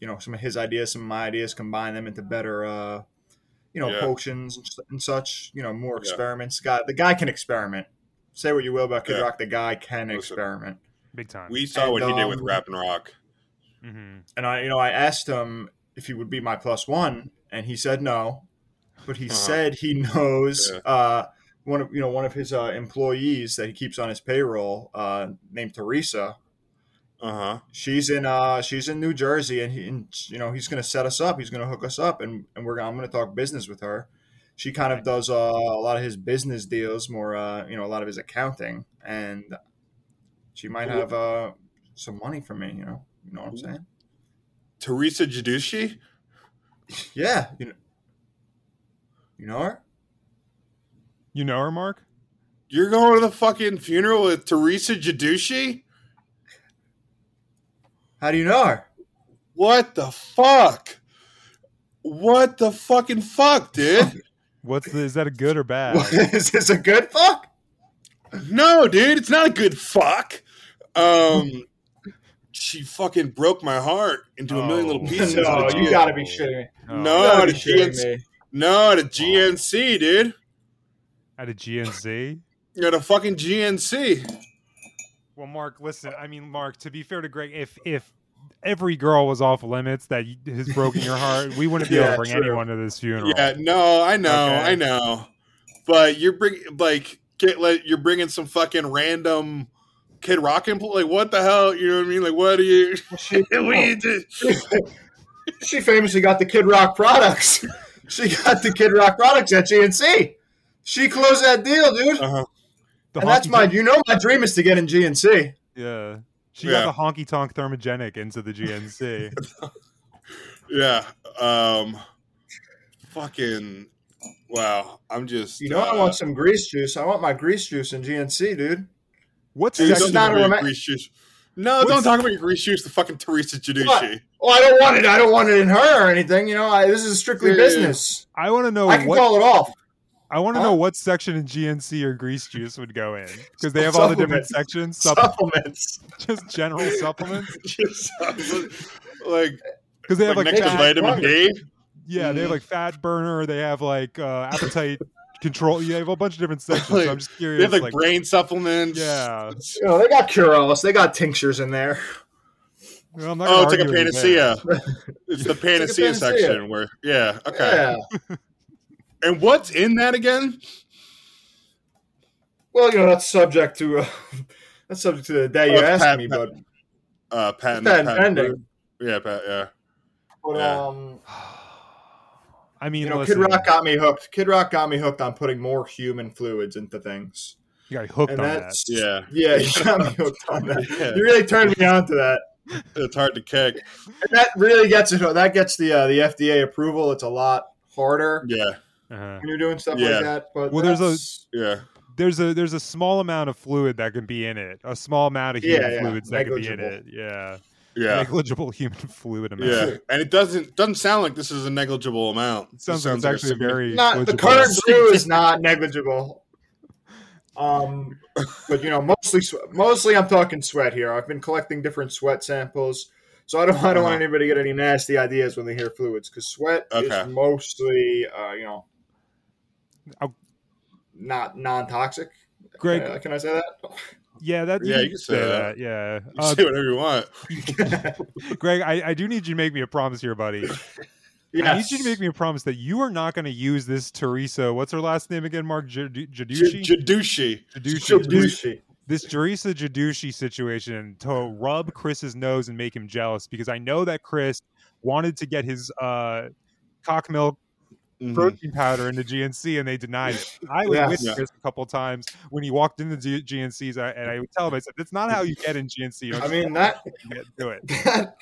you know some of his ideas, some of my ideas, combine them into better uh you know
Yeah.
potions and, s- and such. You know more
Yeah.
experiments. Guy the guy can experiment. Say what you will about Kid
Yeah.
Rock, the guy can
Listen.
experiment.
big time.
we saw what
and,
he did with
um,
rap and rock.
hmm
And I you know I asked him if he would be my plus one, and he said no, but he
Uh-huh.
said he knows.
Yeah.
Uh, one of you know one of his uh, employees that he keeps on his payroll, uh, named Teresa,
Uh huh.
she's in uh she's in New Jersey and he and, you know he's gonna set us up he's gonna hook us up and and we're gonna, I'm gonna talk business with her she kind of does uh, a lot of his business deals more uh you know a lot of his accounting and she might have uh some money for me you know you know what I'm saying
Teresa Jadushi.
yeah you know you know her
You know her, Mark?
You're going to the fucking funeral with Teresa Jadushi?
how do you know her
What the fuck? What the fucking fuck,
[laughs]
dude?
What's the, is that a good or bad?
is this a good fuck
no, dude, it's not a good fuck. Um, she fucking broke my heart into a million little
Oh.
pieces.
[laughs] no
with
you
Oh.
gotta be shitting me
No,
you
No,
gotta
the
be shitting
GNC,
me
no, the GNC, dude.
at a GNC.
You're the fucking GNC.
Well, Mark, listen. I mean, Mark. To be fair to Greg, if if every girl was off limits that y- has broken your heart, we wouldn't be able
Yeah,
to bring
true.
anyone to this funeral.
Yeah, no, I know,
Okay.
I know, but you're bring like get like you're bringing some fucking random Kid Rock and like what the hell? You know what I mean? Like what are you?
[laughs]
[laughs]
she,
what are you do-
she famously got the Kid Rock products. [laughs] She got the Kid Rock products at GNC. She closed that deal, dude.
Uh-huh.
The
and that's
honky
my,
tonk-
you know, my dream is to get in GNC.
yeah. She
Yeah.
got the honky tonk thermogenic into the
[laughs]
GNC.
Yeah. Um. Fucking. Wow. I'm just.
You know, I
uh,
want some grease juice. I want my grease juice in GNC, dude.
What's
dude,
It's
section?
don't talk
not a
about your
romantic-
grease shoes. No,
What's-
don't talk about your grease shoes. The fucking Teresa Giudice.
Well, Oh, I don't want it. I don't want it in her or anything. You know, I, this is strictly
Yeah, yeah, yeah.
business.
I want to know
I can
what
call it off.
I want to
Huh?
know what section in GNC or grease juice would go in because they have all the different
Supplements.
sections. Supp-
[laughs] Supplements.
just general supplements
Just uh, [laughs] like
because they have
like,
like
next to
fat
vitamin
burger.
D.
yeah they have like fat burner they have like uh, appetite control. Yeah, they have a bunch of different sections. so I'm just
They
curious.
have like,
like
brain supplements.
yeah,
You know, they got Curels. They got tinctures in there.
Well, I'm not
Oh,
gonna
it's like a
argue with you there.
panacea.
[laughs]
It's the panacea,
panacea.
section where, yeah, okay.
Yeah.
And what's in that again?
Well, you know, that's subject to uh, [laughs] that's subject to the day you
Oh,
ask
Pat-
me, but
Uh, patent,
Patent
patent
pending.
Yeah, pat, yeah.
but
Yeah.
um.
[sighs] I mean,
You know,
listen,
Kid Rock got me hooked. Kid Rock got me hooked on putting more human fluids into things,
you got hooked on
and
that.
that's
Yeah,
[laughs] yeah, you got me hooked
[laughs]
on that.
Yeah.
You really turned me on to that,
it's hard to kick.
and that really gets it. That gets the uh, the FDA approval. It's a lot harder
Yeah,
Uh-huh.
when you're doing stuff
Yeah.
like that. But
Well, there's a-
that's-
yeah,
There's a there's a small amount of fluid that can be in it. A small amount of
Yeah,
human
yeah,
fluids that can be in it.
negligible.
Yeah.
yeah,
negligible [laughs] human fluid amount.
yeah. And it doesn't doesn't sound like this is a negligible amount.
It sounds,
It
like it's actually
a
very
not the
negligible.
current brew is not negligible. Um, but you know, mostly swe- mostly I'm talking sweat here. I've been collecting different sweat samples, so I don't I don't want
Uh-huh.
anybody to get any nasty ideas when they hear fluids because sweat
Okay.
is mostly uh, you know
I'll-
not non toxic.
Oh. Greg,
Uh, can I say
yeah, that
Yeah,
you
you
can
can
say
say
that. Yeah,
You
uh,
[laughs] say whatever you want.
that?
Greg, I, I do need you to make me a promise here, buddy. I need you to make me a promise that you are not going to use this Teresa. What's her last name again? Mark Jadu-
J-
Jadushi.
Jadushi.
Jadushi. This Teresa Jadushi situation to rub Chris's nose and make him jealous because I know that Chris wanted to get his uh, cock milk
Mm-hmm.
protein powder into GNC and they denied it. I was
Mm. Yeah.
with
Yeah.
Chris a couple times when he walked into G- GNC's I- and I would tell him, I said, that's not how you get in GNC. You don't
I
just
mean that
get to it.
that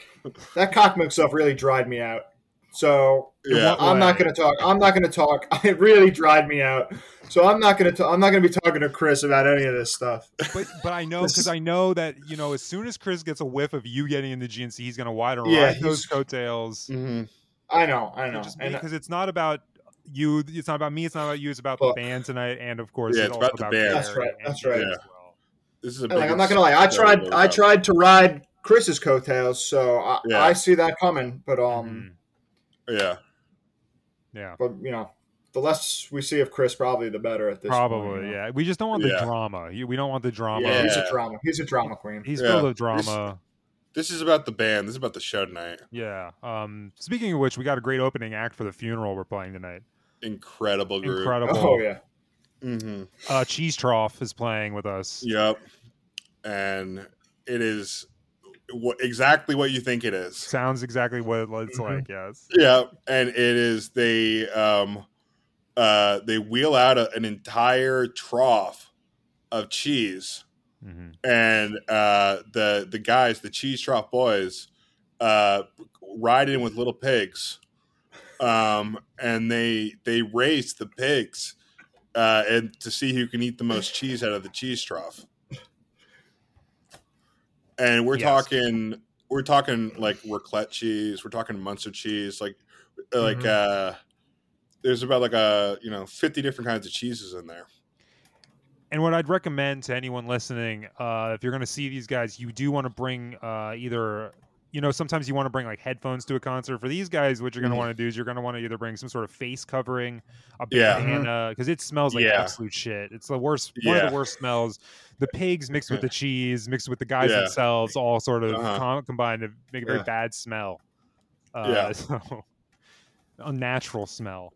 that cock milk stuff really dried me out. So
Yeah.
I'm not going to talk. I'm not going to talk. [laughs] It really dried me out. So I'm not going to. I'm not going to be talking to Chris about any of this stuff.
But, but I know,
This-
because I know that, you know, as soon as Chris gets a whiff of you getting into GNC, he's going to wide and
Yeah,
ride those
he's-
coattails.
Mm-hmm.
I know. I know.
Because
And
it's not about you, it's not about me, it's not about you, it's about
Well-
the band tonight, and of course,
Yeah,
it's,
it's
also
about the band.
That's
Gary
right,
and
that's right.
Gary as well.
This is a
and, like,
big-
I'm not going to lie. I tried. I tried to ride Chris's coattails. So I,
Yeah.
I see that coming. But um.
Mhm.
Yeah.
yeah.
But you know, the less we see of Chris, probably the better at this. uh, point,
Probably,
you know?
yeah. We just don't want
Yeah.
the drama. You- We don't want the drama.
Yeah, he's a
Yeah.
drama. He's a drama queen.
He's
Yeah.
filled with
This-
drama.
This is about the band. This is about the show tonight.
Yeah. Um, speaking of which, we got a great opening act for the funeral we're playing tonight.
Incredible group.
Incredible.
Oh yeah.
Mm-hmm.
Uh, Cheese Trough is playing with us.
Yep. And it is wh- exactly what you think it is.
Sounds exactly what it- it's
Mhm.
like. Yes.
Yeah, and it is they um uh they wheel out a, an entire trough of cheese
hmm
and uh the the guys the cheese trough boys uh ride in with little pigs um and they they race the pigs uh and to see who can eat the most cheese out of the cheese trough and we're
Yes.
talking we're talking like raclette cheese we're talking munster cheese like like uh
Mm-hmm.
there's about like a you know 50 different kinds of cheeses in there
And what I'd recommend to anyone listening, uh, if you're going to see these guys, you do want to bring uh, either, you know, sometimes you want to bring like headphones to a concert. For these guys, what you're going to
Mhm.
want to do is you're going to want to either bring some sort of face covering, a
Yeah. Mm-hmm.
bandana, because it smells like
Yeah.
absolute shit. It's the worst, one of
Yeah.
the worst smells. The pigs mixed
[laughs]
with the cheese, mixed with the guys
Yeah.
themselves, all sort of
Uh-huh.
com- combined to make a very
Yeah.
bad smell. Uh, [laughs]
Yeah.
So, unnatural smell.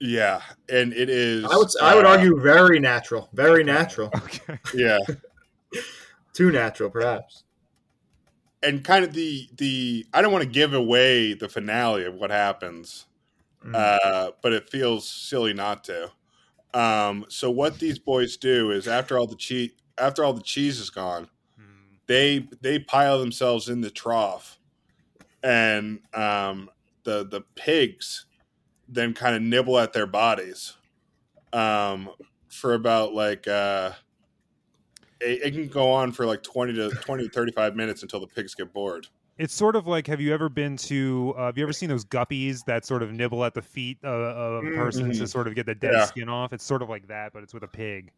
yeah and it is
I would. I would
uh,
argue very natural. Very natural.
Okay.
yeah
Too natural, perhaps.
and kind of the the I don't want to give away the finale of what happens,
Mm.
uh, but it feels silly not to. Um, so what these boys do is after all the cheese after all the cheese is gone, Hmm.
Mm.
they they pile themselves in the trough, and um, the the pigs then kind of nibble at their bodies um, for about like. Uh, it, it can go on for like 20 to 20 to 35 minutes until the pigs get bored.
It's sort of like have you ever been to uh, have you ever seen those guppies that sort of nibble at the feet of, of a person to
Mm-hmm.
Mhm.
sort of get the dead
Yeah.
skin off? It's sort of like that, but it's with a pig.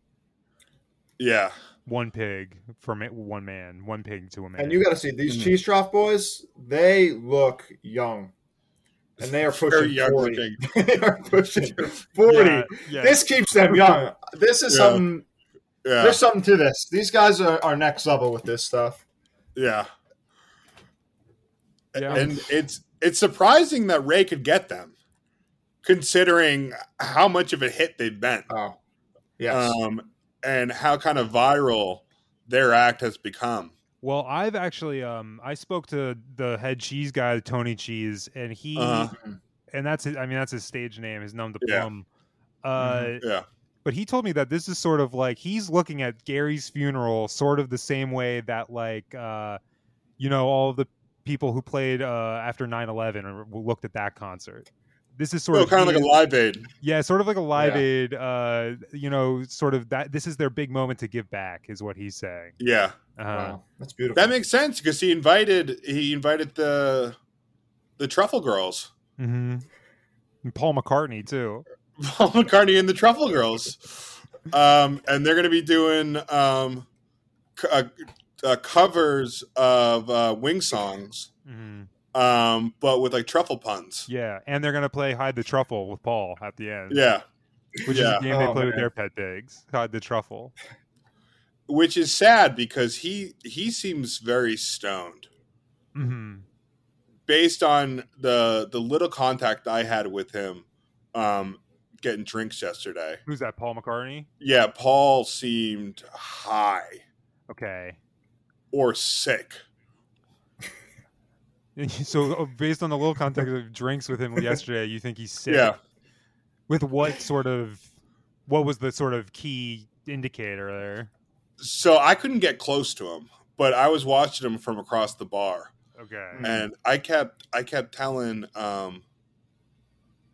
Yeah.
One pig for ma- one man, one pig to a man.
And you got to see these
Mhm.
cheese trough boys. They look young, and they are
Very
pushing
young
forty.
looking.
[laughs] they are pushing forty.
Yeah, yeah.
This keeps them young. This is
Yeah.
something.
Yeah.
There's something to this. These guys are, are next level with this stuff.
Yeah.
Yeah.
And it's it's surprising that Ray could get them, considering how much of a hit they've been.
Oh, yes.
Um and how kind of viral their act has become.
Well, I've actually um I spoke to the head cheese guy, Tony Cheese, and he
Uh-huh.
and that's his, I mean that's his stage name, his nom de
Yeah. Mm-hmm.
plume. Uh,
Yeah.
but he told me that this is sort of like he's looking at Gary's funeral sort of the same way that like uh you know all of the people who played uh after 9/11 or looked at that concert. This is sort
So
of
kind of Oh, like
his-
a live aid.
yeah, sort of like a live
Yeah.
aid uh you know sort of that this is their big moment to give back is what he's saying.
Yeah.
Uh-huh.
wow, that's beautiful.
uh, That makes sense because he invited he invited the the truffle girls. [laughs]
Mhm. And Paul McCartney too.
Paul McCartney and the Truffle Girls, um, and they're going to be doing um, c- uh, uh, covers of uh, Wing songs,
Mhm.
um, but with like truffle puns.
Yeah, and they're gonna play hide the truffle with Paul at the end.
Yeah,
which is
yeah.
a game they
Oh,
play with
man.
their pet pigs. Hide the truffle.
which is sad because he he seems very stoned.
hmm
Based on the the little contact I had with him, um, getting drinks yesterday,
Who's that? Paul McCartney.
yeah, Paul seemed high
Okay. [laughs]
or sick.
oh,
[laughs]
So uh, based on the little context of drinks with him yesterday, you think he's sick?
Yeah.
With what sort of what was the sort of key indicator there?
So I couldn't get close to him, but I was watching him from across the bar.
Okay.
and I kept I kept telling um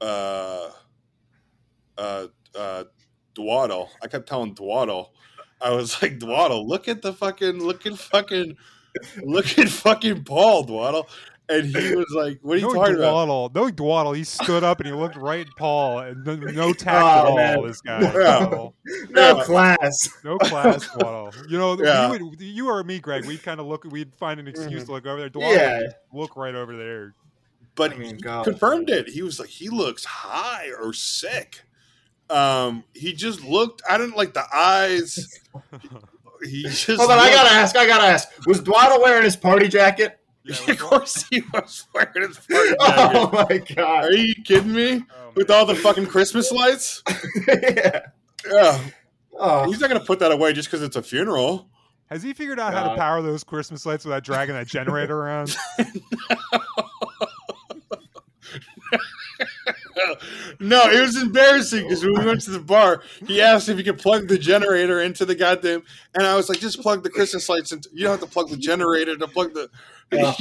uh uh uh Dwaddle. I kept telling Dwaddle. I was like, Dwaddle, look at the fucking look at fucking look at fucking Paul, Dwaddle. And he was like, What are you
No
talking about?
dwaddle, no dwaddle. He stood up and he looked right at Paul, and no,
[laughs]
no tact
Oh,
at all.
man.
This guy,
Yeah.
Dwaddle.
No
Yeah.
class.
no class dwaddle. You know,
[laughs] Yeah. Mm-hmm.
we would, you or me, Greg, we'd kind of look, we'd find an excuse to look over there. Dwaddle,
Yeah.
look right over there.
But
I mean,
he
God.
confirmed it. He was like, he looks high or sick. Um, he just looked. I didn't like the eyes. He just.
Hold on, I
looked-
gotta ask. I gotta ask. Was Dwaddle wearing his party jacket?
Yeah,
[laughs] of course, he was wearing his fucking jacket.
Oh my
[laughs]
god!
Are you kidding me?
oh,
With all the fucking Christmas lights?
[laughs] yeah.
Yeah.
Oh,
He's not gonna put that away just because it's a funeral.
Has he figured out how to
God.
power those Christmas lights without dragging that generator around?
No, it was embarrassing because when we went to the bar, he asked if he could plug the generator into the goddamn, and I was like, just plug the Christmas lights into. You don't have to plug the generator to plug the.
Yeah.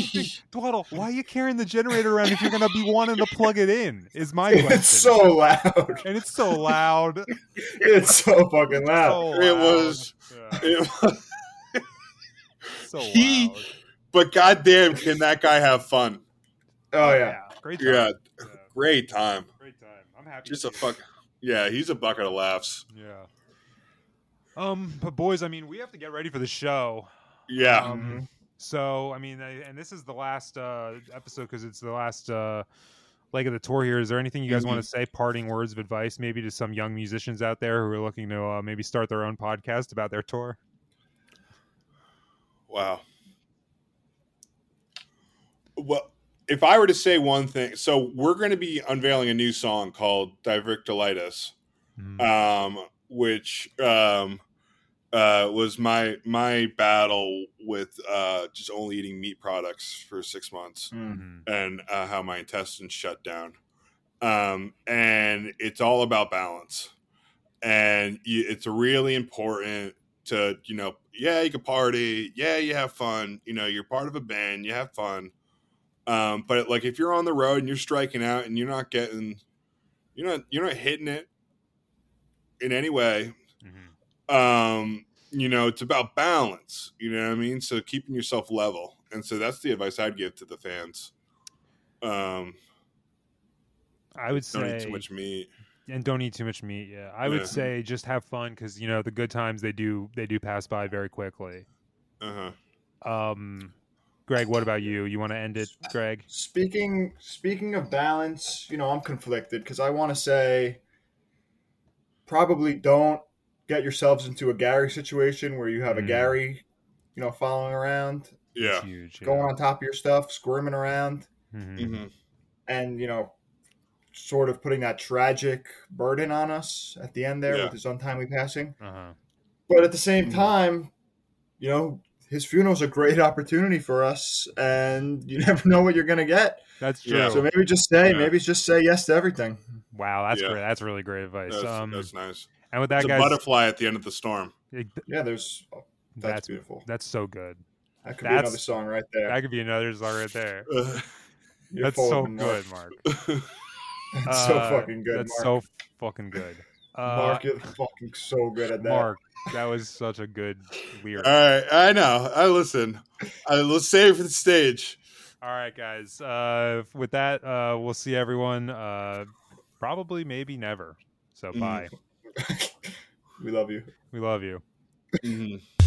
Dwaddle, why are you carrying the generator around if you're going to be wanting to plug it in? Is
[laughs]
my question.
it's so loud. [laughs]
and it's so loud. It
It's so
[laughs]
fucking loud.
[laughs] It was- It was-
so
[laughs] he-
loud.
but goddamn, can that guy have fun?
Oh yeah.
great time.
Yeah,
Yeah,
great time.
great time. I'm happy.
Just
to
a
see
fuck. Yeah, he's a bucket of laughs.
it. Yeah. Um, but boys, I mean, we have to get ready for the show.
Yeah,
Um, so I mean, I, and this is the last uh, episode because it's the last uh, leg of the tour here. Is there anything you guys want to say? Parting words of advice, maybe to some young musicians out there who are looking to uh, maybe start their own podcast about their tour.
Wow. Well, if I were to say one thing, so we're going to be unveiling a new song called Diverticolitis,
Mm-hmm.
um, which um, uh, was my my battle with uh, just only eating meat products for six months
Mhm.
and uh, how my intestines shut down. Um, and it's all about balance. And you, it's really important to, you know, yeah, you can party. Yeah, you have fun. You know, you're part of a band, you have fun. Um, but like if you're on the road and you're striking out and you're not getting, you're not, you're not hitting it in any way,
Mhm.
mm-hmm. um you know it's about balance you know what i mean so keeping yourself level and so that's the advice i'd give to the fans um
I would
don't
say
eat too much meat
and don't eat too much meat. Yeah, I would
Yeah.
say just have fun because you know the good times they do they do pass by very quickly.
uh-huh
Um, Greg, what about you? You want to end it, Greg?
Speaking speaking of balance, you know, I'm conflicted because I want to say probably don't get yourselves into a Gary situation where you have a
Mm.
Gary, you know, following around,
yeah
It's huge. yeah.
going on top of your stuff, squirming around,
Mhm.
Mhm.
and you know, sort of putting that tragic burden on us at the end there
Yeah.
with his untimely passing.
Uh-huh.
But at the same
Mm.
time, you know, his funeral's a great [laughs] opportunity for us, and you [laughs] never know what you're gonna get.
That's true.
Yeah.
So maybe just say,
Yeah.
maybe just say yes to everything.
Wow, that's
Yeah.
great. That's really great advice.
That's,
um,
that's nice
and with
it's
that,
a
guys,
butterfly at the end of the storm [laughs]
it-
Yeah, there's oh, that's,
that's
beautiful.
that's so good.
That could be
that's-
another song right there.
That could be another song right there.
[laughs] You're
that's
full of
so
Mark.
good, Mark.
[laughs] That's so
Uh,
fucking good,
That's
Mark.
so fucking good.
[laughs]
Uh,
Mark, you're fucking so good at that.
Mark, that was such a good
all
lyric.
right i know i listen i let's save for the stage
All right, guys. Uh, with that, uh, we'll see everyone. Uh, probably, maybe,
Mm.
never. So,
Mhm.
bye.
we love you.
We love you.
Mhm.